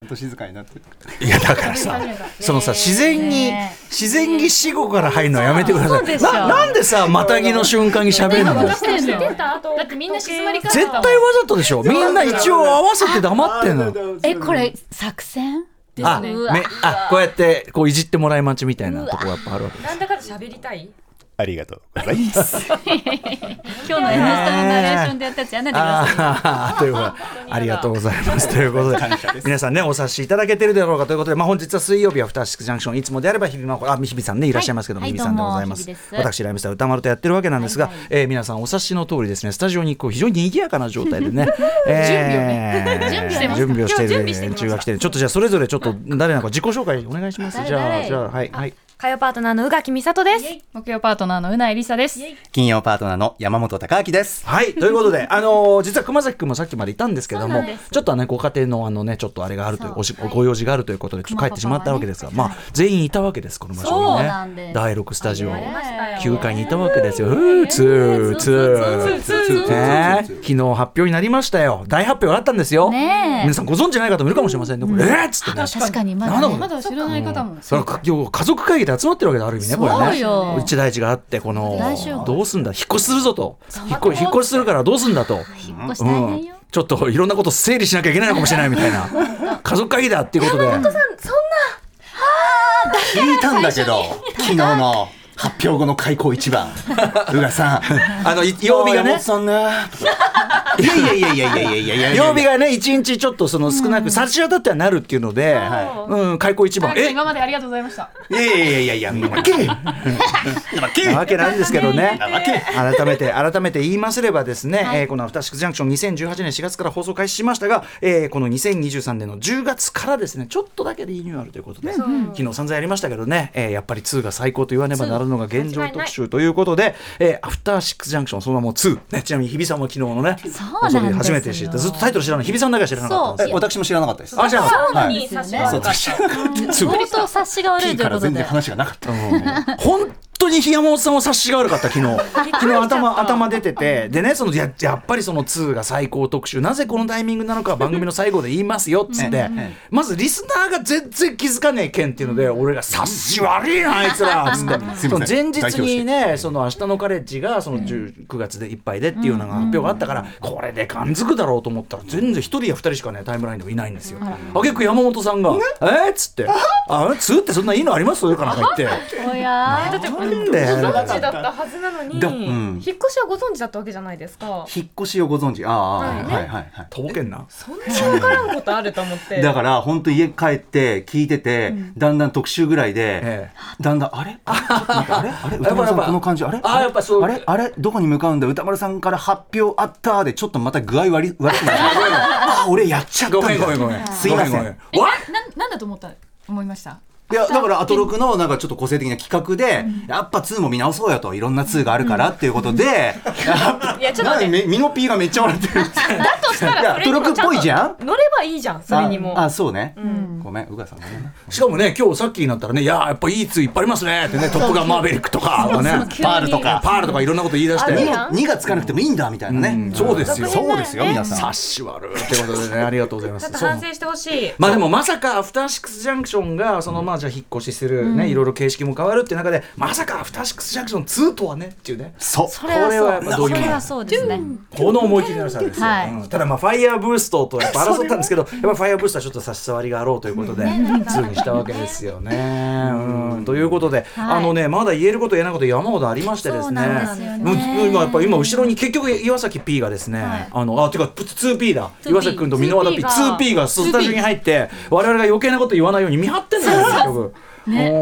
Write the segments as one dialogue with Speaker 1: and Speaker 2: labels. Speaker 1: ほんと静かになってる
Speaker 2: いやだから さそのさ自然に自然に死後から入るのはやめてくださ
Speaker 3: そうで
Speaker 2: い
Speaker 3: しょ
Speaker 2: ななんでさまたぎの瞬間に喋るの
Speaker 3: どう
Speaker 2: 絶
Speaker 3: してんの
Speaker 4: 見てた後
Speaker 3: だってみんな静まり返って
Speaker 2: 対
Speaker 3: たも
Speaker 2: わ
Speaker 3: ん
Speaker 2: ざとでしょみんな一応合わせて黙ってんの
Speaker 4: えこれ作戦
Speaker 2: あ
Speaker 3: ね
Speaker 4: うわ
Speaker 2: めあこうやってこういじってもらい待ちみたいなとこがやっぱあるわけ
Speaker 3: なんだかんだ喋りたい
Speaker 5: ありがとうございます。
Speaker 4: 今日の「N スタ」のナレーションでやったやつやんないでください
Speaker 2: ああ、 ということで、ありがとうございます。ということで、皆さんね、お察しいただけてるだろうかということで、まあ、本日は水曜日は、アフターシックスジャンクション、いつもであれば、日々まこ、あ、日々さんね、いらっしゃいますけども、
Speaker 4: はい
Speaker 2: 日々さんでございます。
Speaker 4: はいどうも日々です
Speaker 2: 私、ライムスター歌丸とやってるわけなんですが、
Speaker 4: はいはい
Speaker 2: えー皆さんお察しの通りですね、スタジオにこう非常に賑やかな状態で ね、えー準
Speaker 4: 準
Speaker 2: 備
Speaker 4: 備
Speaker 2: を
Speaker 4: を
Speaker 2: し
Speaker 4: してて
Speaker 2: い
Speaker 4: ます
Speaker 2: る中学生で、ちょっとじゃあ、それぞれちょっと、誰なのか自己紹介お願いします。
Speaker 4: 誰
Speaker 2: じゃあ、
Speaker 4: 誰
Speaker 2: じゃあ、はい、はい。
Speaker 6: 火曜パートナーの宇垣美里です。
Speaker 4: 木曜パートナーのうないりさです
Speaker 1: 金曜パートナーの山本貴明です
Speaker 2: はい、ということで、あのー実は熊崎君もさっきまでいたんですけど
Speaker 4: そう
Speaker 2: も
Speaker 4: なんです、
Speaker 2: ちょっとはね、ご家庭のあのね、ちょっとあれがあるという、
Speaker 4: そう
Speaker 2: おしご用事があるということで、ちょっと帰ってしまったわけですが、まあ、全員いたわけです、この場所にね。
Speaker 4: そうなんです
Speaker 2: 第6スタジオ。
Speaker 4: りましたよ
Speaker 2: 9階にいたわけですよ。うー、つー、つー。ねえ、昨日発表になりましたよ。大発表があったんですよ。
Speaker 4: ねえ
Speaker 2: 皆さんご存知ない方もいるかもしれませんね。これ、えーっつってね。
Speaker 4: 確かにま
Speaker 2: なん
Speaker 4: だね
Speaker 2: だこれ
Speaker 3: まだ知らない方も
Speaker 2: それは要は家族会議で集まってるわけだある意味ねこれね
Speaker 4: そうよ
Speaker 2: 一大事があってこの
Speaker 4: 大集合
Speaker 2: どうすんだ引っ越しするぞと引っ越引っ越しするからどうすんだと、
Speaker 4: 引っ越し
Speaker 2: う
Speaker 4: 大変
Speaker 2: ん
Speaker 4: よ、
Speaker 2: ちょっといろんなこと整理しなきゃいけないのかもしれないみたいな家族会議だっていうことで
Speaker 1: 聞いたんだけど昨日の発表後の開口一 番宇賀さん
Speaker 2: あのい曜日が
Speaker 1: 山
Speaker 2: ね
Speaker 1: 本さんねいやいやいやいやいやいやいや
Speaker 2: 曜日がね一日ちょっとその少なく差し当たってはなるっていうので、うん、開口一番え
Speaker 3: 今までありがとうございました
Speaker 1: いやいやいやいや負け負け
Speaker 2: なわけなんですけどね。
Speaker 1: 負け
Speaker 2: 改めて改めて言いますればですね、えーこの「アフターシックスジャンクション」2018年4月から放送開始しましたが、えーこの2023年の10月からですねちょっとだけリニューアルということで、昨日散々やりましたけどね、えーやっぱり2が最高と言わねばならぬのが現状特集ということで「えーアフターシックスジャンクション」その名も2、ね、ちなみに日比さんも昨日のね
Speaker 4: そうな
Speaker 2: 放
Speaker 4: んですよ
Speaker 2: 送で初めて知ってずっとタイトル知らない日比さんだけは知らなかったんです
Speaker 1: え私も知らなかったです
Speaker 2: あじゃあ
Speaker 3: そうなのに差し
Speaker 1: そう
Speaker 3: か
Speaker 1: 私
Speaker 2: 2
Speaker 4: 相当察しが悪い
Speaker 1: P
Speaker 4: とい
Speaker 1: か
Speaker 4: う
Speaker 1: ら
Speaker 4: こと
Speaker 1: 全
Speaker 4: で
Speaker 1: 然話がなかった
Speaker 2: 本当に山本さんは察しが悪かった昨 日昨日頭頭出ててでねそのややっぱりその2が最高特集なぜこのタイミングなのかは番組の最後で言いますよっつっ
Speaker 1: え
Speaker 2: て
Speaker 1: え
Speaker 2: まずリスナーが全然気づかねえ件っていうので俺が察し悪いなあいつ らっつって
Speaker 1: すい
Speaker 2: その
Speaker 1: ませ
Speaker 2: 前
Speaker 1: ん
Speaker 2: 日にねその明日のカレッジがその10 9月でいっぱいでっていうのが発表があったからこれで感づくだろうと思ったら全然一人や二人しかねタイムラインでもいないんですよ。あ結構山本さんが「えっ?」っつって「あ2ってそんないいのあります?」とかなんか言って。
Speaker 4: おや
Speaker 3: だってご
Speaker 2: なんだよ
Speaker 3: 存知だったはずなのに
Speaker 1: だうん
Speaker 3: 引っ越しはご存知だったわけじゃないですか
Speaker 1: 引っ越しをご存知ああはいはいはいはい
Speaker 2: とぼけんな。
Speaker 3: そんな分からんことあると思って
Speaker 1: だから本当家帰って聞いてて、だんだん特集ぐらいで、
Speaker 2: ええ
Speaker 1: だんだんあ れあれあれ歌丸さ
Speaker 2: やっぱやっ
Speaker 1: ん
Speaker 2: ぱ
Speaker 1: この感じあれ
Speaker 2: あやっぱそう
Speaker 1: あれあれどこに向かうんだ歌丸さんから発表あったでちょっとまた具合悪い 悪くなるあ俺やっちゃった
Speaker 2: ごめんごめんごめん。
Speaker 1: すいません
Speaker 2: ごめんごめんわっ
Speaker 3: ななんだと思った思いました
Speaker 1: いやだからアトロクのなんかちょっと個性的な企画で、やっぱ2も見直そうよといろんな2があるからっていうことで、
Speaker 3: いやちょっと
Speaker 1: な
Speaker 3: 待
Speaker 1: に
Speaker 3: って
Speaker 1: ミノピーがめっちゃ笑 ってる
Speaker 3: だとした
Speaker 1: いやア
Speaker 3: らそれに
Speaker 1: トロ
Speaker 3: も
Speaker 1: クっぽいじゃん
Speaker 3: ちと乗ればいいじゃんそれにも
Speaker 1: ああそうね、
Speaker 3: ん
Speaker 1: ごめんうがさんごめんな
Speaker 2: しかもね、今日さっきになったらね、いやー、やっぱいいツいっぱいありますねってね、トップガンマーベリックとか、とかね、
Speaker 1: パールと
Speaker 2: パ
Speaker 1: か
Speaker 2: ールとかいろんなこと言い出し
Speaker 3: あいい
Speaker 2: て。
Speaker 3: やん
Speaker 1: 2がつかなくてもいいんだみたいなね、
Speaker 2: うんそうですよ
Speaker 1: そうですよ皆さん
Speaker 2: 察し悪いってことでね、ありがとうございま
Speaker 3: ちょ
Speaker 2: す。
Speaker 3: っと
Speaker 2: そう
Speaker 3: 反省してほしい
Speaker 2: まあでもまさかアフターシックスジャンクションがそのまあじゃあ引っ越しするねいろいろ形式も変わるっていう中でまさかアフターシックスジャンクション2とはねっていうね
Speaker 1: そう
Speaker 4: それは
Speaker 2: これはやっぱ
Speaker 4: そ
Speaker 2: どう
Speaker 4: う
Speaker 2: いう
Speaker 4: そ
Speaker 2: もの
Speaker 4: れはそうですね
Speaker 2: この思い切りの良さですよ、
Speaker 4: はい
Speaker 2: うんただまあファイヤーブーストとやっぱ争ったんですけどやっぱファイヤーブーストはちょっと差し障りがあろうということで通にしたわけですよね。うんということで、
Speaker 4: はい
Speaker 2: あのねまだ言えること言えないこと山ほどありましてですね
Speaker 4: そうなんですよね
Speaker 2: もう今やっぱ今後ろに結局岩崎 P がですね、あのあてか 2P だ
Speaker 4: 2P
Speaker 2: 岩崎君と箕輪田 P2P
Speaker 3: 2P が
Speaker 2: が 2P がスタジオに入って我々が余計なこと言わないように見張ってんだよ結局。うん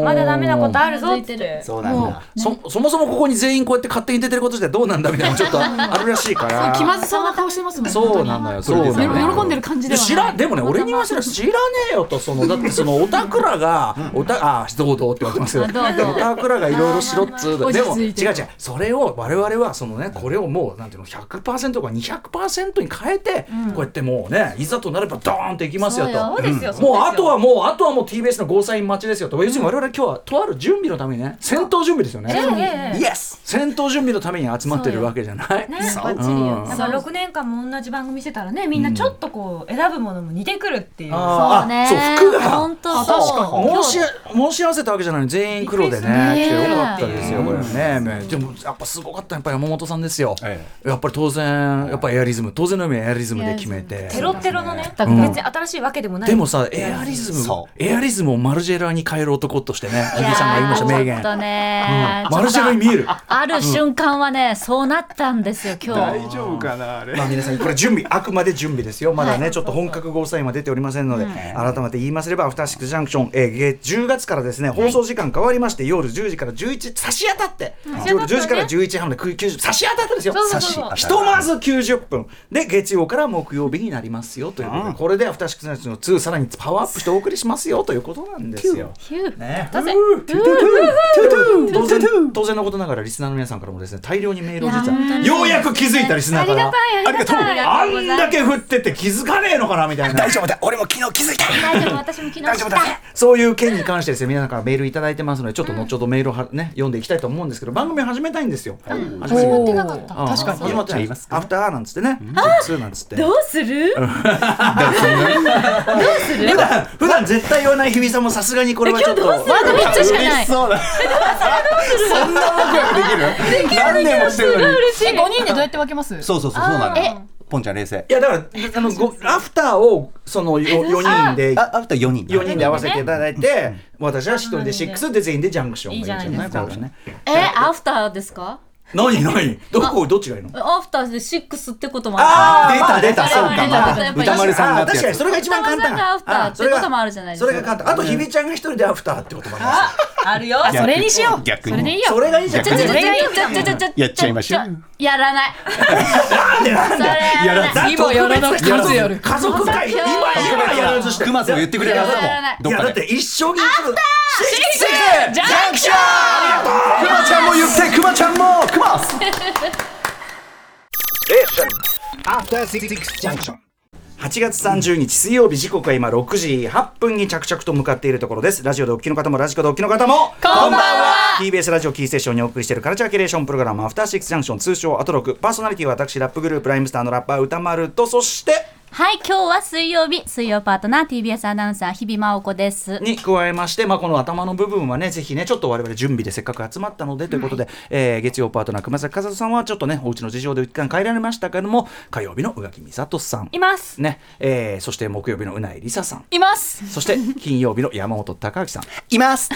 Speaker 3: まだダメなことあるぞって
Speaker 1: そうなんだ
Speaker 2: そそもそもここに全員こうやって勝手に出てること自体どうなんだみたいなのちょっとあるらしいから
Speaker 3: 気まずそうな顔してますもん
Speaker 2: そうなのよ。それでさ
Speaker 1: そうなのよ
Speaker 3: 喜んでる感じではない
Speaker 2: 知らでもね、俺に言わせる知らねえよと、その、だってその、オタクらが、オタ、あ、どうどうって言われてますよ。オ
Speaker 4: どうどう
Speaker 2: タクらがいろいろしろっつうの。
Speaker 3: 落
Speaker 2: で
Speaker 3: ち
Speaker 2: も、違
Speaker 3: 着
Speaker 2: う違
Speaker 3: いうて。
Speaker 2: それを、我々は、そのね、これをもう、なんていうの、100%か200%に変えて、こうやってもうね、いざとなればドーンっていきますよ
Speaker 4: そうよ
Speaker 2: と。
Speaker 3: そうですよ
Speaker 2: もうあとはもうあとはもう TBS のゴーサイン待ちですよと要別に我々今日はとある準備のためにね戦闘準備ですよね、
Speaker 6: ええ
Speaker 1: イエス
Speaker 2: 戦闘準備のために集まってるわけじゃない
Speaker 6: ね
Speaker 2: そう
Speaker 6: バ
Speaker 2: うん
Speaker 6: ッチなんか6年間も同じ番組してたらねみんなちょっとこう選ぶものも似てくるっていう
Speaker 2: あー
Speaker 4: そうね
Speaker 2: あそう服が
Speaker 4: 本当
Speaker 2: あ申し申し合わせたわけじゃないのに全員黒でね
Speaker 4: び
Speaker 2: 来
Speaker 4: っく
Speaker 2: て
Speaker 4: りす
Speaker 2: よ
Speaker 4: るね
Speaker 2: かったですよこれねねでもやっぱすごかったやっぱ山本さんですよ、
Speaker 5: え
Speaker 2: やっぱり当然やっぱエアリズム当然のようにエアリズムで決めて
Speaker 6: テロテロのね別
Speaker 2: うん
Speaker 6: に新しいわけでもない
Speaker 2: でもさエアリズム
Speaker 1: そ
Speaker 2: エアリズムをマルジェラに変える男としてねおじさんが言いました名
Speaker 4: ちょ
Speaker 2: 言、う
Speaker 4: っ
Speaker 2: ん
Speaker 4: とね、
Speaker 2: マルジェラに見える
Speaker 4: ある瞬間はね、そうなったんですよ、 今日。
Speaker 5: 丈夫かなあれ
Speaker 2: まあ皆さんこれ準備あくまで準備ですよまだねちょっと本格ゴーサインは出ておりませんので、改めて言いますれば「アフターシックスジャンクション」えー月10月からですね放送時間変わりまして、夜10時から11差し当たって、夜10時から11時半で90差し当たってですよ
Speaker 6: そうそうそう
Speaker 2: 差しひとまず90分で月曜から木曜日になりますよということで、これで「アフターシックスジャンクション2」さらにパワーアップしてお送りしますよということなんですよ。
Speaker 4: ヒュー
Speaker 2: ね
Speaker 4: だぜ
Speaker 2: 当然当然のことながらリスナーの皆さんからもですね大量にメールを
Speaker 4: いや
Speaker 2: 実
Speaker 4: 本当
Speaker 2: は
Speaker 4: に
Speaker 2: ようやく気づいたリスナーから
Speaker 6: ありがたいありがたい
Speaker 2: あんだけ振ってて気づかねえのかなみたいな
Speaker 1: 大丈夫だ俺も昨日気づいた
Speaker 6: 大丈夫私も昨日
Speaker 1: 大丈夫だ
Speaker 2: そういう件に関してですね皆さんからメールいただいてますのでちょっと後ほどメールをは、ね、読んでいきたいと思うんですけど番組始めたいんですよ、始め
Speaker 3: ってなかった
Speaker 2: あ
Speaker 1: 確かに
Speaker 2: 始まって
Speaker 1: やっちゃ
Speaker 2: ない
Speaker 1: い
Speaker 2: で
Speaker 1: ますす
Speaker 2: アフターなんつってね2なんつって
Speaker 4: どうする
Speaker 2: 普段普段絶対言わない日比さんもさすがにこれはちょっと
Speaker 4: ワード3つしかない。
Speaker 5: そうだそんな僕らできる何年もしてるのに
Speaker 4: 嬉しい。
Speaker 3: 五人でどうやって分けます？
Speaker 1: そうそうそうそうなんだポンちゃん冷静
Speaker 2: いやだからあのごアフターをその4人で
Speaker 1: ああと4人
Speaker 2: 4人で合わせていただいて、私は1人で6で全員でジャンクションがいいんじゃない
Speaker 6: いいじゃない
Speaker 2: これはね
Speaker 4: え、アフターですか
Speaker 2: 何何どこどっちがいいの
Speaker 4: アフターで6ってことも
Speaker 2: あ
Speaker 4: あ
Speaker 2: ー
Speaker 1: 出た出
Speaker 4: あ
Speaker 1: たそうか
Speaker 4: あ
Speaker 1: ま
Speaker 4: や
Speaker 1: あ
Speaker 4: っぱり
Speaker 1: 歌丸さんがや
Speaker 2: あ
Speaker 1: って
Speaker 2: 確か
Speaker 1: や
Speaker 2: に
Speaker 1: つ
Speaker 2: それが一番簡単
Speaker 4: 歌丸さんがアフター
Speaker 2: あそれが
Speaker 4: ってこともあるじゃないです
Speaker 2: そ
Speaker 4: か
Speaker 2: れが簡単あとひびちゃんが一人でアフターってこともあ
Speaker 4: る。あるよ。
Speaker 3: それにしよう。
Speaker 5: 逆
Speaker 3: それでいい
Speaker 5: に
Speaker 2: るしそ
Speaker 3: よ。
Speaker 2: れがいいじゃん
Speaker 4: ちょちょちょちょちょちょちょ
Speaker 5: やっちゃいましょう
Speaker 4: やらない。
Speaker 2: なんでなんで
Speaker 4: それやらない。
Speaker 3: 今やらなくて
Speaker 2: や
Speaker 3: い
Speaker 2: らず
Speaker 3: つやる。
Speaker 2: 家族 会今今やらずして
Speaker 1: クマスも言ってくれ
Speaker 4: い
Speaker 1: た
Speaker 4: やいやいや
Speaker 1: はずだもん
Speaker 2: い
Speaker 1: ど
Speaker 2: やだ
Speaker 1: っ
Speaker 2: っ
Speaker 1: かで
Speaker 2: て一生に一度
Speaker 4: ジャンクション
Speaker 1: クマちゃんも言ってクマちゃんもクマス
Speaker 2: 8月30日水曜日時刻は今6時8分に着々と向かっているところですラジオでお聞きの方もラジコでお聞きの方もこんばんは TBS ラジオキーステーションにお送りしているカルチャーキュレーションプログラム「アフターシックスジャンクション」通称アトロクパーソナリティは私ラップグループライムスターのラッパー歌丸とそして
Speaker 4: はい、今日は水曜日、水曜パートナー TBS アナウンサー日比真央子です。
Speaker 2: に加えまして、まあ、この頭の部分はね、ぜひね、ちょっと我々準備でせっかく集まったのでということで、えー月曜パートナー、熊崎和人さんは、ちょっとね、お家の事情で一回帰られましたけれども、火曜日の宇垣美里さん、
Speaker 6: います
Speaker 2: ねえーそして木曜日のうないりささ ん、
Speaker 4: います。
Speaker 2: そして金曜日の山本隆明さん、
Speaker 1: います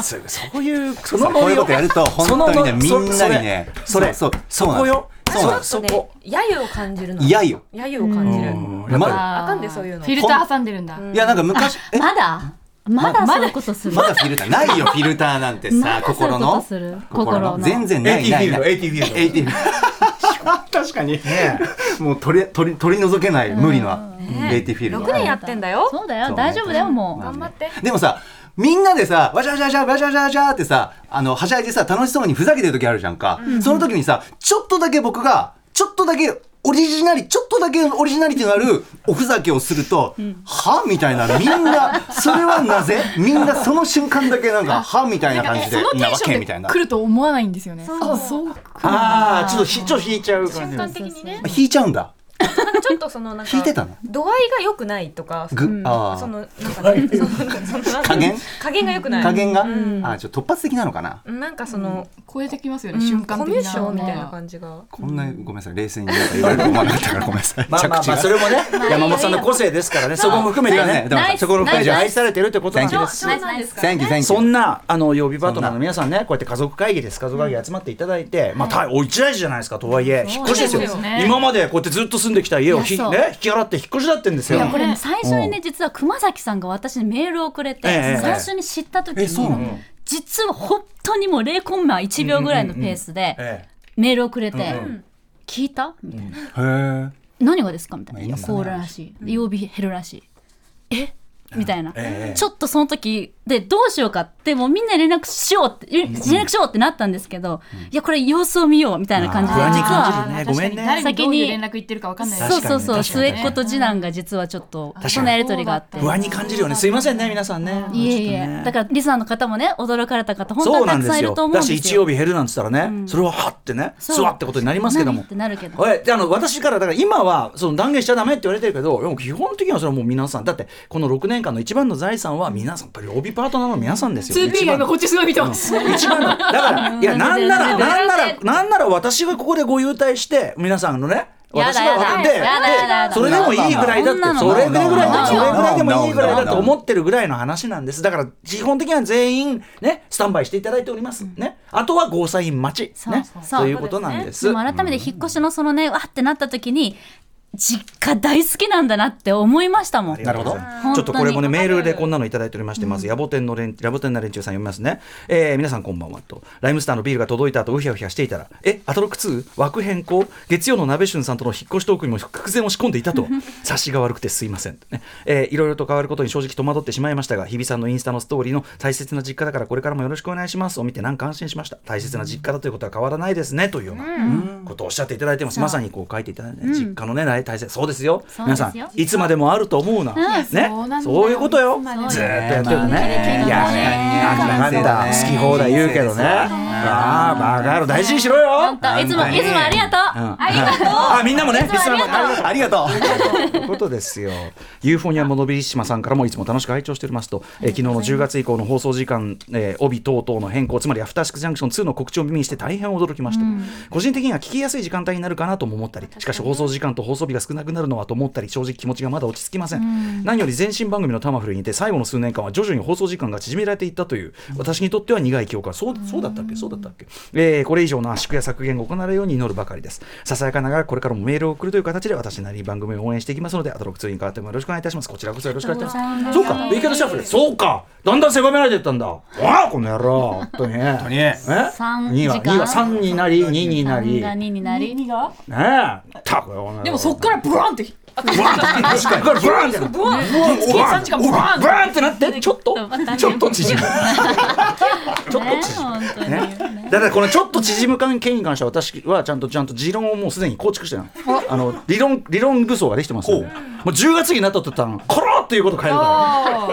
Speaker 2: そうそういう、そ
Speaker 1: そうこういうことやると本当にね
Speaker 2: その
Speaker 1: みんなにね
Speaker 2: それ、
Speaker 1: そ
Speaker 2: そう
Speaker 1: そう
Speaker 2: そ
Speaker 1: そうなん
Speaker 2: こよ、
Speaker 1: そうなん
Speaker 2: そ
Speaker 6: そう
Speaker 2: そ
Speaker 6: うね
Speaker 2: こ。
Speaker 6: 揶揄を感じるの
Speaker 1: 嫌よ
Speaker 6: 揶揄を感じる
Speaker 2: やっぱり
Speaker 6: あかんでそういうの
Speaker 3: フィルター挟んでるんだ。
Speaker 1: いやなんか昔え
Speaker 4: まだまだそういうことする
Speaker 1: まだフィルターないよフィルターなんて
Speaker 4: ま
Speaker 1: さ
Speaker 4: だそういうこと
Speaker 1: 心の
Speaker 4: する心
Speaker 1: 心
Speaker 4: の
Speaker 1: の全然ないないない
Speaker 2: AT フィールド
Speaker 1: AT 確かにもう取り取り取り除けない無理な AT フィールド
Speaker 6: 6年やってんだよ
Speaker 4: そうだよ、
Speaker 1: そうね
Speaker 4: 大丈夫だよも
Speaker 1: まあね
Speaker 6: 頑張って
Speaker 1: でもさみんなでさわしゃわしゃわしゃわしゃわしゃわしゃってさあのはしゃいでさ楽しそうにふざけてる時あるじゃんか、その時にさちょっとだけ僕がちょっとだけオリジナリちょっとだけオリジナリティのあるおふざけをすると、はみたいなみんなそれはなぜみんなその瞬間だけなんかはみたいな感じで
Speaker 3: その
Speaker 1: な
Speaker 3: テン
Speaker 1: わ
Speaker 3: ショ
Speaker 1: け
Speaker 3: ン
Speaker 1: みたい
Speaker 3: で
Speaker 1: な
Speaker 3: 来ると思わないんですよね。
Speaker 6: そう
Speaker 3: あ、そうか。
Speaker 2: ああ、ちょっとひ、ちょっと引いちゃう感じな
Speaker 6: 瞬
Speaker 2: ん
Speaker 6: 間
Speaker 2: です。
Speaker 6: 的にね
Speaker 1: 引いちゃうんだ
Speaker 6: なんかちょっとそのなんか
Speaker 1: 引いてたの
Speaker 6: 度合いが良くないとか
Speaker 1: ぐあー
Speaker 6: そのなんかねそのそのなんか
Speaker 1: 加減
Speaker 6: 加減が良くない
Speaker 1: 加減が、
Speaker 6: うん
Speaker 1: あちょっと突発的なのかな
Speaker 6: なんかその
Speaker 3: 超えてきますよ
Speaker 6: う
Speaker 3: ね。
Speaker 6: ん
Speaker 3: 瞬間
Speaker 6: コ
Speaker 3: 的
Speaker 6: ミュ
Speaker 3: な。
Speaker 6: 障みたいな感じが
Speaker 1: こんなごめんなさい冷静になんか言われると思わなかったからごめんなさい
Speaker 2: まあまあ
Speaker 1: 着地
Speaker 2: まあ
Speaker 1: が
Speaker 2: それもね山本さんの個性ですからねそこも含めて
Speaker 1: そう
Speaker 2: ね
Speaker 1: だ
Speaker 4: ナイス
Speaker 2: そこの含めて
Speaker 4: ナイス
Speaker 2: 愛されてるってことなん
Speaker 4: う。
Speaker 2: です
Speaker 4: そうなんですか。
Speaker 1: Thank you, thank you.
Speaker 2: そんなあの予備パートナーの皆さんねこうやって家族会議です家族会議集まっていただいてまあ大お一大事じゃないですかとはいえ引っ越しですよ
Speaker 3: そうですね
Speaker 2: 今までこうやってずっと住んできた家をひ
Speaker 4: いやそう
Speaker 2: ね引き払って引っ越しだってんです
Speaker 4: い
Speaker 2: よ
Speaker 4: やこれね最初にね実は熊崎さんが私にメールをくれて、
Speaker 2: ええええ
Speaker 4: 最初に知った時
Speaker 1: えそうな
Speaker 4: に
Speaker 1: の
Speaker 4: 実は本当にもう0コンマ1秒ぐらいのペースで
Speaker 2: え
Speaker 4: メールをくれて
Speaker 2: ん
Speaker 4: 「聞いた?」みたいな
Speaker 1: へえ
Speaker 4: 何がですかみたいな「
Speaker 1: まあ
Speaker 4: いや
Speaker 1: いいのか
Speaker 4: こうらしい」で曜日減るらしい」えみたいな、
Speaker 2: ええ
Speaker 4: ちょっとその時でどうしようかってもうみんな連絡しようって連絡しようってなったんですけど、いやこれ様子を見ようみたいな感じで
Speaker 2: 不安に
Speaker 4: 実は
Speaker 2: 感じるね
Speaker 3: あー確か
Speaker 2: ごめんね
Speaker 3: に誰にどういう連絡行ってるかわかんない
Speaker 4: そうそうそう、
Speaker 2: 確かに
Speaker 4: 末
Speaker 2: ね
Speaker 4: っ子と次男が実はちょっとそんなやり取りがあって。
Speaker 2: 不安に感じるよねすいませんね皆さんね
Speaker 4: いえいえ、だからリサの方もね驚かれた方本当
Speaker 2: そう
Speaker 4: に
Speaker 2: な
Speaker 4: た
Speaker 2: ん
Speaker 4: く
Speaker 2: で
Speaker 4: さん
Speaker 2: す
Speaker 4: い
Speaker 2: よ
Speaker 4: ると思うん
Speaker 2: だ
Speaker 4: です
Speaker 2: し
Speaker 4: よ。
Speaker 2: 1曜日減るなんつったらね、それははってね
Speaker 4: そう
Speaker 2: すわってことになりますけども
Speaker 4: 何ってなるけど
Speaker 2: おいであの私からだから今はその断言しちゃダメって言われてるけどでも基本的にはそれはもう皆さんだってこの6年間の一番の財産は皆さんやっぱり帯パートナーの皆さんですよ
Speaker 3: 2P が今こっちすごい見てます
Speaker 2: 一番のだからいやなんならなんならなんなら私がここでご優待して皆さんのね
Speaker 4: や
Speaker 2: 私
Speaker 4: だ
Speaker 2: が
Speaker 4: やだ
Speaker 2: 渡って
Speaker 4: やだやだやだ
Speaker 2: それでもいいぐらいだ
Speaker 4: そ
Speaker 2: って
Speaker 4: んなの
Speaker 2: それぐらいぐらいだ
Speaker 4: 何
Speaker 2: それぐらいでもいいぐらいだ
Speaker 1: 何
Speaker 2: と思ってるぐらいの話なんですだから基本的には全員ねスタンバイしていただいておりますねあとはゴーサイン待ち
Speaker 4: そう
Speaker 2: ね
Speaker 4: そう
Speaker 2: ということなんです
Speaker 4: でも改めて引っ越しのそのね、わーってなった時に実家大好きなんだなって思いましたもん。
Speaker 2: なるほど
Speaker 4: 当に
Speaker 2: ちょっとこれもねメールでこんなのいただいておりましてまず野暮天の連野暮天な連中さん読みますね、えー皆さんこんばんはとライムスターのビールが届いた後うひゃうひゃしていたらえアトロック2枠変更月曜の鍋旬さんとの引っ越しトークにも伏線を仕込んでい たと察しが悪くてすいません、ねえーいろいろと変わることに正直戸惑ってしまいましたが日比さんのインスタのストーリーの大切な実家だからこれからもよろしくお願いしますを見てなんか安心しました大切な実家だということは変わらないですねというようなことをおっしゃっていただいてますまさにこう書いていただいて、実家のね大切そうですよ
Speaker 4: そうで
Speaker 2: 皆
Speaker 4: すよ
Speaker 2: さんいつまでもあると思うな、ね
Speaker 3: そうなんだ、よ
Speaker 2: そういうことよ。ずーっとやってるとね。いや、なんだかんだ好き放題言うけどね。ああ、バカ野郎大事にしろよ。
Speaker 4: 本当いつもいつもありがとう。
Speaker 2: うん
Speaker 4: ありがとう。
Speaker 2: あ、みんなもね、
Speaker 4: いつもありがとう
Speaker 1: ありがとう
Speaker 2: ということですよ。ユーフォニアモノビリシマさんからもいつも楽しく拝聴しておりますと、えー昨日の10月以降の放送時間、えー帯等々の変更、つまりアフターシックスジャンクション2の告知を耳にして大変驚きました。個人的には聞きやすい時間帯になるかなとも思ったり、しかし放送時間と放送日が少なくなるのはと思ったり、正直気持ちがまだ落ち着きません。何より前身番組のタマフルにて、最後の数年間は徐々に放送時間が縮められていったという、私にとっては苦い記憶が、そうそうだったっけ、そうだったっけ、えーこれ以上の圧縮や削減が行われるように祈るばかりです。ささやかながら、これからもメールを送るという形で、私なりに番組を応援していきますので、アトロック2に代わってもよろしくお願いいたします。こちらこそよろしくお願いいたします。そうか、ウィーケンドシャッフル、そうか、だんだん狭められていったんだ。わあ、この野郎、本 当にね。本当にえ
Speaker 4: 三
Speaker 2: 二は
Speaker 4: 時間
Speaker 2: 2は3になり、2になり。
Speaker 4: が
Speaker 2: ね
Speaker 4: 二になり。
Speaker 3: が
Speaker 2: え。たこよ
Speaker 3: でもそっからブランって
Speaker 2: 確かにこれブーンってなって
Speaker 3: ブワン月3時間ブラン
Speaker 2: ブーンってなってちょっとちょっと縮む
Speaker 4: ちょっと本当に。
Speaker 2: ねだからこのちょっと縮む関係に関しては私はちゃんとちゃんと持論をもうすでに構築してないあの理論理論武装ができてますのでもう10月になったとたらコロッということ変えるか
Speaker 3: あ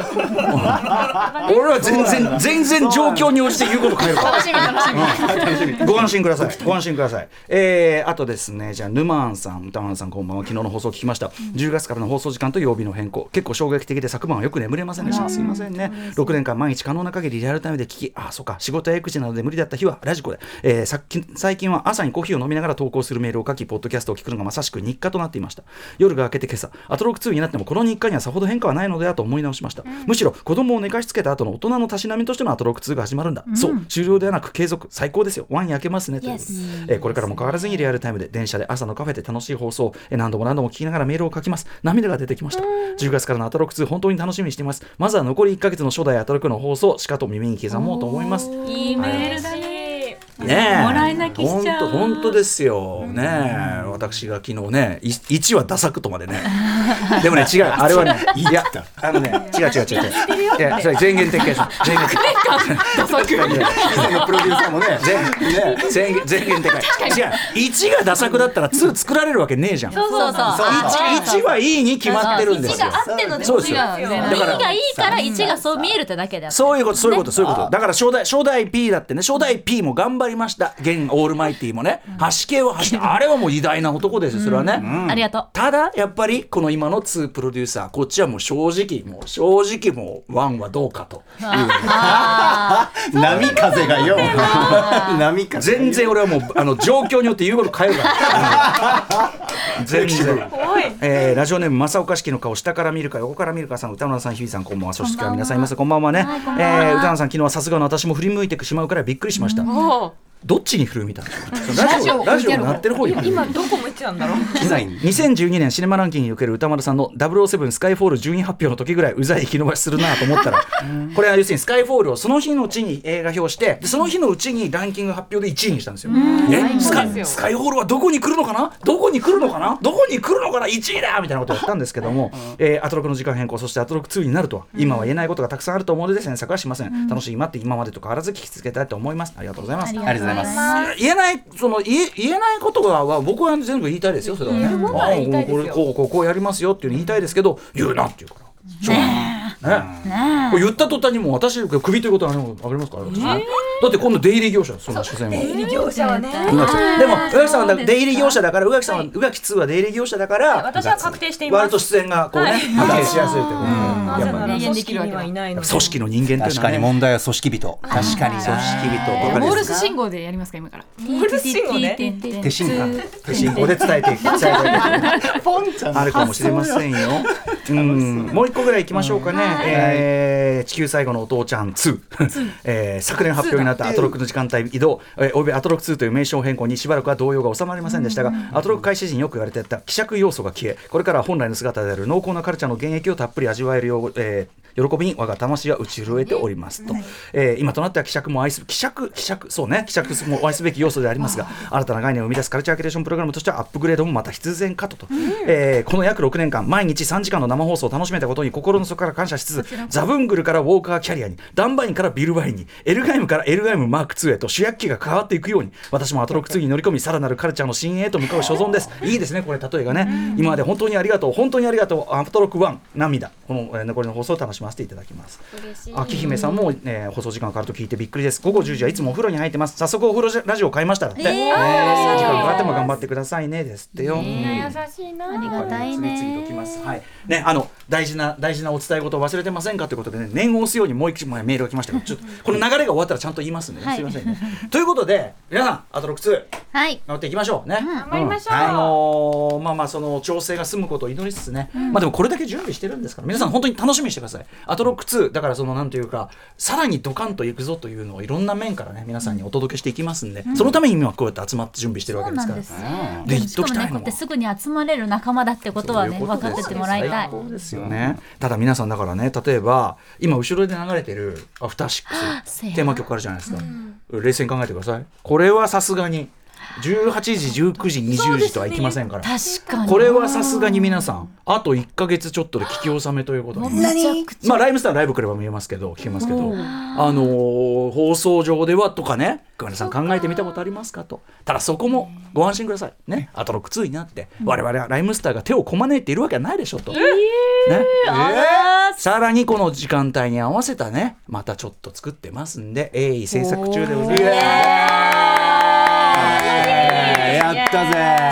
Speaker 3: ー
Speaker 2: ら俺は全然全然状況に応じて言うこと変えるから
Speaker 3: 楽しみ楽し み
Speaker 2: ご安心ください。ご安心ください。えー、あとですね、じゃあ、ヌマーンさん、歌丸さん、こんばんは。昨日の放送聞きました。10月からの放送時間と曜日の変更。結構衝撃的で昨晩はよく眠れませんでした。すいませんね。6年間毎日可能な限りリアルタイムで聞き、あ、そうか、仕事や育児などで無理だった日はラジコで。えー、さっき最近は朝にコーヒーを飲みながら投稿するメールを書き、ポッドキャストを聞くのがまさしく日課となっていました。夜が明けて今朝、アトロック2になってもこの日課にはさほど変化はないのではと思い直しました。むしろ子供を寝かしつけた後の大人のたしなみとしてのアトロック2が始まるんだ。そう、終了ではなく継続。最高ですよ。ワン焼けますね。ということで
Speaker 4: Yes
Speaker 2: えーこれからも変わらずにリアルタイムで電車で朝のカフェで楽しい放送を、えー何度も何度も聞きながらメールを書きます涙が出てきました10月からのアトロック2本当に楽しみにしていますまずは残り1ヶ月の初代アトロックの放送しかと耳に刻もうと思いますね
Speaker 6: いいメールだね。
Speaker 2: え
Speaker 6: もらい泣きしちゃう
Speaker 2: 本当本当ですよねえ私が昨日ねい1話ダサくとまでねでもね違うあれはねいやあのね違う違う違う違ういやそれ全言撤回する全言撤回
Speaker 1: 今のプロデューサーもねね
Speaker 2: 全言全言撤回違う1がダサくだったら2作られるわけねえじゃん
Speaker 4: そうそうそう。
Speaker 2: 一はいいに決まってるんですよ。
Speaker 6: あっての
Speaker 2: そうですよ
Speaker 6: 違うね
Speaker 2: だから
Speaker 4: 一がいいから一がそう見えるってだけだよ。
Speaker 2: そういうこと、そういうこと、そういうこと。だから、初代、初代 P だってね、初代 P も頑張りました。現オールマイティもね、端系を走って、あれはもう偉大な男ですよ、それはね。
Speaker 4: ありがとう。
Speaker 2: ただ、やっぱり、この今の2プロデューサー、こっちはもう正直、もう正直もう1はどうかと。
Speaker 1: 波風がよ波風
Speaker 2: 全然俺はもう、あの、状況によって言うこと変えるから。 全然。
Speaker 6: おい。
Speaker 2: えーラジオネーム正岡式の顔下から見るか横から見るかさん歌村さん日比さんこんばんはそして今日は皆さんいますこんばんはね、えー歌村さん昨日はさすがの私も振り向いてしまうくらいびっくりしました、どっちに振るみたいなラジオラ
Speaker 3: ラ
Speaker 2: ジ
Speaker 3: ジ
Speaker 2: オ
Speaker 3: オ
Speaker 2: になってる方よ
Speaker 6: 今どこも行ってたんだろう。
Speaker 1: 機材に
Speaker 2: 2012年シネマランキングにおける歌丸さんの007スカイフォール順位発表の時ぐらいうざい生き延ばしするなと思ったらこれは要するにスカイフォールをその日のうちに映画表してでその日のうちにランキング発表で1位にしたんですよ。えスカイスカイフォールはどこに来るのかなどこに来来るのかなどこに来るのかな1位だみたいなことをやったんですけども、えーアトロクの時間変更そしてアトロク2になるとは今は言えないことがたくさんあると思うので詮索はしません、楽しい今って今までと変わらず聞き続けたいと思いますありがとうございます
Speaker 1: ありがとうございます
Speaker 2: 言えないその言え言えないことはは僕は全部言いたいですよそれはね、ああ
Speaker 6: 言いたいです
Speaker 2: こ
Speaker 6: よ
Speaker 2: れこうこうこうやりますよっていうの言いたいですけど言うなっていうから。しょうがないね
Speaker 4: ね
Speaker 2: これ言った途端にもう私首ということはありますから、私だって今度出入り業者そんな所詮は。
Speaker 6: 営業者はね
Speaker 2: 宇垣さんでも宇垣さんは
Speaker 4: そうですか
Speaker 2: 出入り業者だから宇垣さんは宇垣2は出入り業者だから
Speaker 6: 私は確定しています
Speaker 2: 割と出演がこうね発見しやすいという
Speaker 6: な
Speaker 2: か
Speaker 6: ぜ
Speaker 2: やっぱり
Speaker 6: なら組織にはいないの
Speaker 2: 組
Speaker 6: で
Speaker 2: 織の人間っていう
Speaker 1: 確
Speaker 2: のは
Speaker 1: かに
Speaker 2: ね
Speaker 1: 問題は組織人確かに組織人
Speaker 2: わかり
Speaker 3: モ
Speaker 2: や
Speaker 3: ー
Speaker 2: すい
Speaker 3: ルス信号でやりますか今から
Speaker 6: モールス信号ね
Speaker 1: 手進化
Speaker 2: 手進行で伝えていく伝えてい くあるかもしれませ んようんもう一個ぐらい行きましょうかね、えー地球最後のお父ちゃん2、えー 昨年発表になったアトロックの時間帯移動えーおよびアトロック2という名称変更にしばらくは動揺が収まりませんでしたがアトロック開始時によく言われていた希釈要素が消えこれからは本来の姿である濃厚なカルチャーの現役をたっぷり味わえるよう、えー喜びに我が魂は打ち震えておりますと、えー今となっては希釈も愛す希釈希釈そうね希釈も愛すべき要素でありますが新たな概念を生み出すカルチャーキュレーションプログラムとしてはアップグレードもまた必然かとと、えーこの約6年間毎日3時間の生放送を楽しめたことに心の底から感謝しつつザブングルからウォーカーキャリアにダンバインからビルバインにエルガイムからエルガイムマーク2へと主役機が変わっていくように私もアトロック2に乗り込みさらなるカルチャーの新鋭へと向かう所存ですいいですねこれ例えがね今まで本当にありがとう本当にありがとうアトロック1涙このえー残りの放送を楽しませていただきます秋姫さんも、えー放送時間が変わると聞いてびっくりです午後10時はいつもお風呂に入ってます早速お風呂じゃラジオを買いましただって、えー時間かかっても頑張ってくださいねですってよ、
Speaker 4: ありがたいね
Speaker 2: 次々ときます。はい。ね、あの大事な大事なお伝え事を忘れてませんかということでね、念を押すようにもう一枚メールが来ましたけど、ちょっとこの流れが終わったらちゃんと言いますんでね、
Speaker 4: はい
Speaker 2: すいませんね。ということで、皆さんアトロック2
Speaker 4: はい
Speaker 2: 乗っていきましょうね。頑張りまし
Speaker 6: ょう
Speaker 2: あのーまあまあその調整が済むことを祈りつつね、まあでもこれだけ準備してるんですから、皆さん本当に楽しみにしてください。アトロック2だからそのなんというかさらにドカンといくぞというのをいろんな面からね皆さんにお届けしていきますんで、そのために今こうやって集まって準備してるわ
Speaker 4: そ
Speaker 2: け
Speaker 4: う
Speaker 2: で
Speaker 4: な
Speaker 2: すか
Speaker 4: ん
Speaker 2: ら
Speaker 4: で。すね
Speaker 2: で
Speaker 4: しかも
Speaker 2: 言っときたいのは
Speaker 4: 猫ってすぐに集まれる仲間だってことはね
Speaker 2: そういう
Speaker 4: 分
Speaker 2: こと
Speaker 4: か
Speaker 2: で
Speaker 4: っ
Speaker 2: す
Speaker 4: ててもらいたい
Speaker 2: 最高ですよね。ただ皆さんだからね、例えば今後ろで流れてるア フターシックス
Speaker 4: せや
Speaker 2: テーマ曲あるじゃないですか。冷静に考えてください。これはさすがに18時、19時、20時とはいきませんから。
Speaker 4: 確かに
Speaker 2: これはさすがに皆さん、あと1か月ちょっとで聞き納めということ
Speaker 4: もう
Speaker 2: で
Speaker 4: めちゃくちゃ
Speaker 2: まあ、ライムスターのライブ来れば見えますけど聞けますけど、あのー放送上ではとかね桑名さん考えてみたことありますかとただそこもご安心くださいねアトロック2になって我々はライムスターが手をこまねいているわけはないでしょうと、ね
Speaker 4: あら
Speaker 2: さらにこの時間帯に合わせたねまたちょっと作ってますんで鋭意制作中でございます。
Speaker 1: やったぜ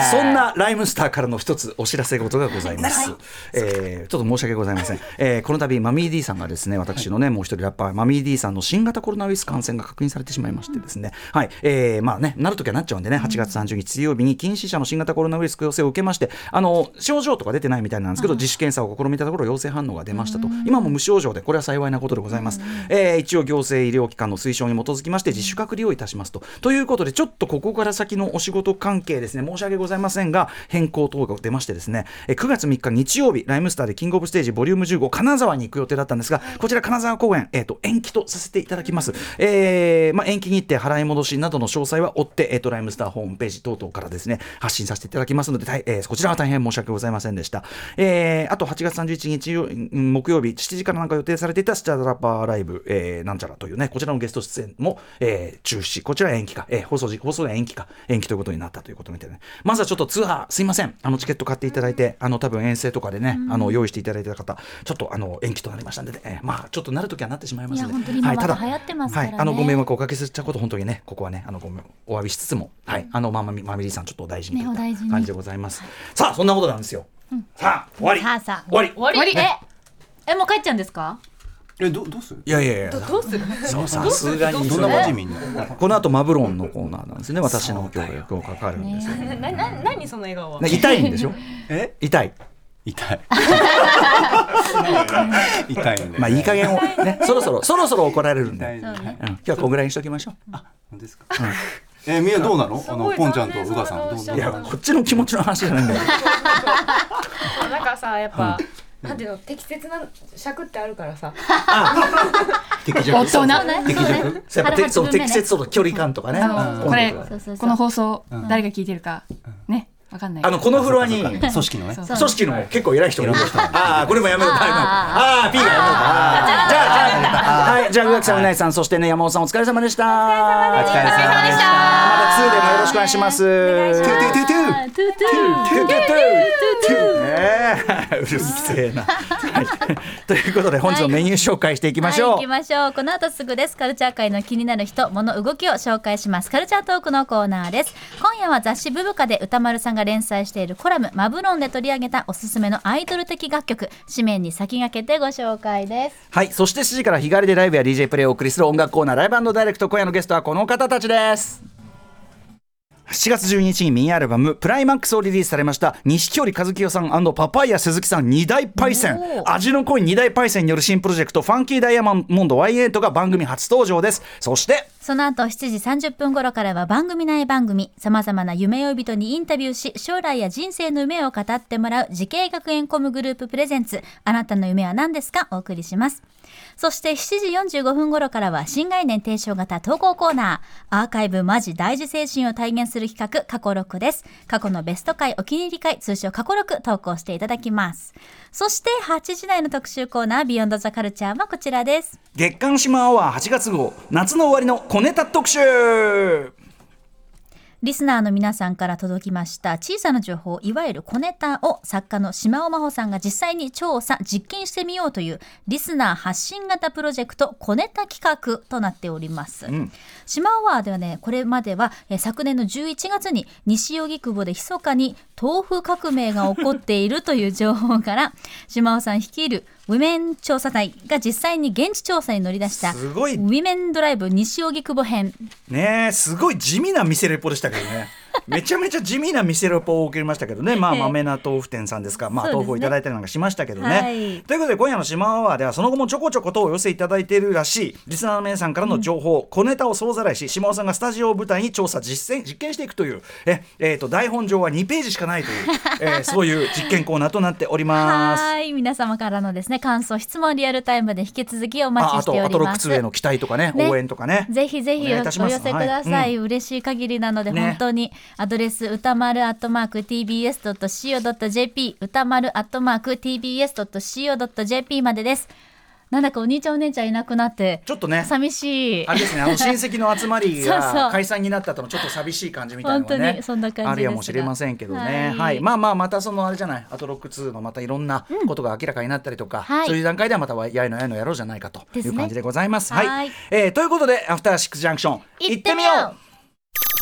Speaker 2: そんなライムスターからの一つお知らせ事がございます。えーちょっと申し訳ございません。えーこの度マミー D さんがですね、私のね、もう一人ラッパーマミー D さんの新型コロナウイルス感染が確認されてしまいましてですね、はい、えーまあね、なるときはなっちゃうんでね、8月30日水曜日に禁止者の新型コロナウイルス陽性を受けまして、あの症状とか出てないみたいなんですけど、自主検査を試みたところ陽性反応が出ましたと。今も無症状でこれは幸いなことでございます。えー一応行政医療機関の推奨に基づきまして自主隔離をいたしますと。ということでちょっとここから先のお仕事関係ですね申し訳ございませんが変更等が出ましてですねえー9月3日日曜日ライムスターでキングオブステージボリューム15金沢に行く予定だったんですがこちら金沢公演、えー、と延期とさせていただきます、えーまあ、延期日程払い戻しなどの詳細は追って、えー、とライムスターホームページ等々からですね発信させていただきますので、大えーこちらは大変申し訳ございませんでした、えーあと8月31日曜うん木曜日7時からなんか予定されていたスチャダラパーライブ、えーなんちゃらというねこちらのゲスト出演も、えー中止こちらは延期か、えー放送時放送は延期か延期ということになったということみたいでねまずはちょっとツアーすいませんあのチケット買っていただいてあの多分遠征とかでねあの用意していただいた方ちょっとあの延期となりましたんで、ねえーまあちょっとなるときはなってしまいますの
Speaker 4: い
Speaker 2: で
Speaker 4: や本当に今
Speaker 2: はい、ただ
Speaker 4: まだ流行ってますからね
Speaker 2: はい、あのご迷惑をおかけしちゃうこと本当にねここはねあのごめんお詫びしつつもはいあのまあまみまみりさんちょっとお大事にとい
Speaker 4: ねお大事
Speaker 2: う
Speaker 4: に
Speaker 2: 感じでございます、さあそんなことなんですよ、さあ終わり
Speaker 4: さあさあ
Speaker 2: 終わり
Speaker 3: 終わり
Speaker 4: ええもう帰っちゃうんですか
Speaker 1: えどどうする
Speaker 2: いやいやいや
Speaker 6: どうする
Speaker 2: そうさすがに
Speaker 1: どんな感じみんな
Speaker 2: この後マブロンのコーナーなんですよね私の今日が今日かかるんですよね
Speaker 6: なな何その笑顔は
Speaker 2: ね痛いんでしょ
Speaker 1: え
Speaker 2: 痛い
Speaker 1: 痛 い痛いんで
Speaker 2: まあいい加減をねそろそろそろそろ怒られるんで、
Speaker 1: 痛
Speaker 2: う
Speaker 1: いん
Speaker 2: ん、
Speaker 1: だよ
Speaker 2: 今日はこんぐらいにしときましょう
Speaker 1: 本当ですか えみんなどうなのあの
Speaker 6: ごい
Speaker 1: ポンちゃんと
Speaker 6: 残
Speaker 1: 宇
Speaker 6: 念
Speaker 1: 賀さんどう
Speaker 6: そ
Speaker 1: ど
Speaker 6: う
Speaker 1: う
Speaker 2: いやこっちの気持ちの話じゃないんだよ
Speaker 6: なんかさやっぱ、なんていうの適切な尺ってあるからさ
Speaker 1: 敵じゃ
Speaker 3: 大人
Speaker 4: 適
Speaker 1: 弱
Speaker 2: やっぱてその適切
Speaker 4: そ
Speaker 2: そうな距離感とかね、
Speaker 3: あのこれ
Speaker 4: そうそうそう
Speaker 3: この放送誰が聞いてるかねわかんない
Speaker 2: あのこのフロアに
Speaker 1: そうかそうか組織のね
Speaker 3: そう
Speaker 2: 組織の結構偉い人がいる
Speaker 1: はい
Speaker 2: ああこれもやめろああ P がやめろあーじゃあじゃあじゃあはいじゃあ植木さんうないさんそしてね山本さんお疲れ様でしたお疲れ
Speaker 1: お疲れ様
Speaker 2: 様
Speaker 1: でした
Speaker 2: また2でもよろしくお願いします
Speaker 1: トゥトゥトゥト
Speaker 4: トゥトゥ
Speaker 1: ゥ
Speaker 2: トゥトゥトゥねえうるせえなはいということで本日のメニュー紹介していきましょ
Speaker 5: はい、行き
Speaker 2: う
Speaker 5: ましょう。この後すぐです。カルチャー界の気になる人、物、動きを紹介します。カルチャートークのコーナーです。今夜は雑誌ブブカで歌丸さんが連載しているコラム、マブロンで取り上げたおすすめのアイドル的楽曲、紙面に先駆けてご紹介です。
Speaker 2: はいそして7時から日帰りでライブや DJ プレイをお送りする音楽コーナーライブダイレクト今夜のゲストはこの方たちです7月12日にミニアルバム「プライマックス」をリリースされました錦織一清さんパパイヤ鈴木さん二大パイセン
Speaker 5: おー
Speaker 2: 味の濃い二大パイセンによる新プロジェクト「ファンキーダイヤモンド Y8」が番組初登場ですそして
Speaker 5: その後7時30分頃からは番組内番組、様々な夢追い人にインタビューし、将来や人生の夢を語ってもらう、慈恵学園コムグループプレゼンツ、あなたの夢は何ですかお送りします。そして7時45分頃からは新概念提唱型投稿コーナー、アーカイブマジ大事精神を体現する企画、過去6です。過去のベスト回、お気に入り回、通称過去6投稿していただきます。そして8時台の特集コーナー、ビヨンドザカルチャーはこちらです。
Speaker 2: 月刊シマアワー8月号夏の終わりの小ネタ特集
Speaker 5: リスナーの皆さんから届きました小さな情報いわゆる小ネタを作家の島尾真帆さんが実際に調査実験してみようというリスナー発信型プロジェクト小ネタ企画となっております、島尾はではねこれまではえー昨年の11月に西荻窪で密かに豆腐革命が起こっているという情報から島尾さん率いるウィメン調査隊が実際に現地調査に乗り出した
Speaker 2: すごい
Speaker 5: ウィメンドライブ西荻窪編
Speaker 2: ねえすごい地味な店レポでしたけどねめちゃめちゃ地味な店レポを受けましたけど ねまあまめな豆腐店さんですか、まあ、
Speaker 5: そうですね
Speaker 2: 豆腐をいただいたりなんかしましたけどね。
Speaker 5: はい
Speaker 2: ということで今夜の「シマアワー」ではその後もちょこちょことお寄せいただいているらしいリスナーの皆さんからの情報、小ネタを総ざらいし島尾さんがスタジオを舞台に調査実践実験していくというえ、えーと台本上は2ページしかないという、 えーそういう実験コーナーとなっております。
Speaker 5: はい、皆様からのですね、感想、質問、リアルタイムで引き続きお待
Speaker 2: あ
Speaker 5: ち
Speaker 2: あ
Speaker 5: しており
Speaker 2: と
Speaker 5: ます。
Speaker 2: あとロックスへの期待とかね
Speaker 5: ね
Speaker 2: 応援とかね。
Speaker 5: ぜひぜひ
Speaker 2: お
Speaker 5: お
Speaker 2: 願いいたします
Speaker 5: 寄せください、
Speaker 2: はい
Speaker 5: 嬉しい限りなので、
Speaker 2: ね
Speaker 5: 本当にアドレス歌丸アットマーク tbs.co.jp 歌丸アットマーク tbs.co.jp までですなんだかお兄ちゃんお姉ちゃんいなくなって
Speaker 2: ちょっとね
Speaker 5: 寂しい
Speaker 2: あれですね、あの親戚の集まり
Speaker 5: そうそ
Speaker 2: が
Speaker 5: う
Speaker 2: 解散になったとのちょっと寂しい感じみたいなのが
Speaker 5: 本当
Speaker 2: ね
Speaker 5: にそんな感じですが
Speaker 2: あるやもしれませんけどね、は
Speaker 5: はいい
Speaker 2: まあまあまたそのあれじゃないアトロック2のまたいろんなことが明らかになったりとか、
Speaker 5: はい
Speaker 2: そういう段階ではまたわやいのやいのやろうじゃないかと
Speaker 5: で
Speaker 2: い
Speaker 5: す
Speaker 2: う
Speaker 5: ね
Speaker 2: 感じでございます。
Speaker 5: はい
Speaker 2: はいえーということで「アフターシックスジャンクション」行ってみよう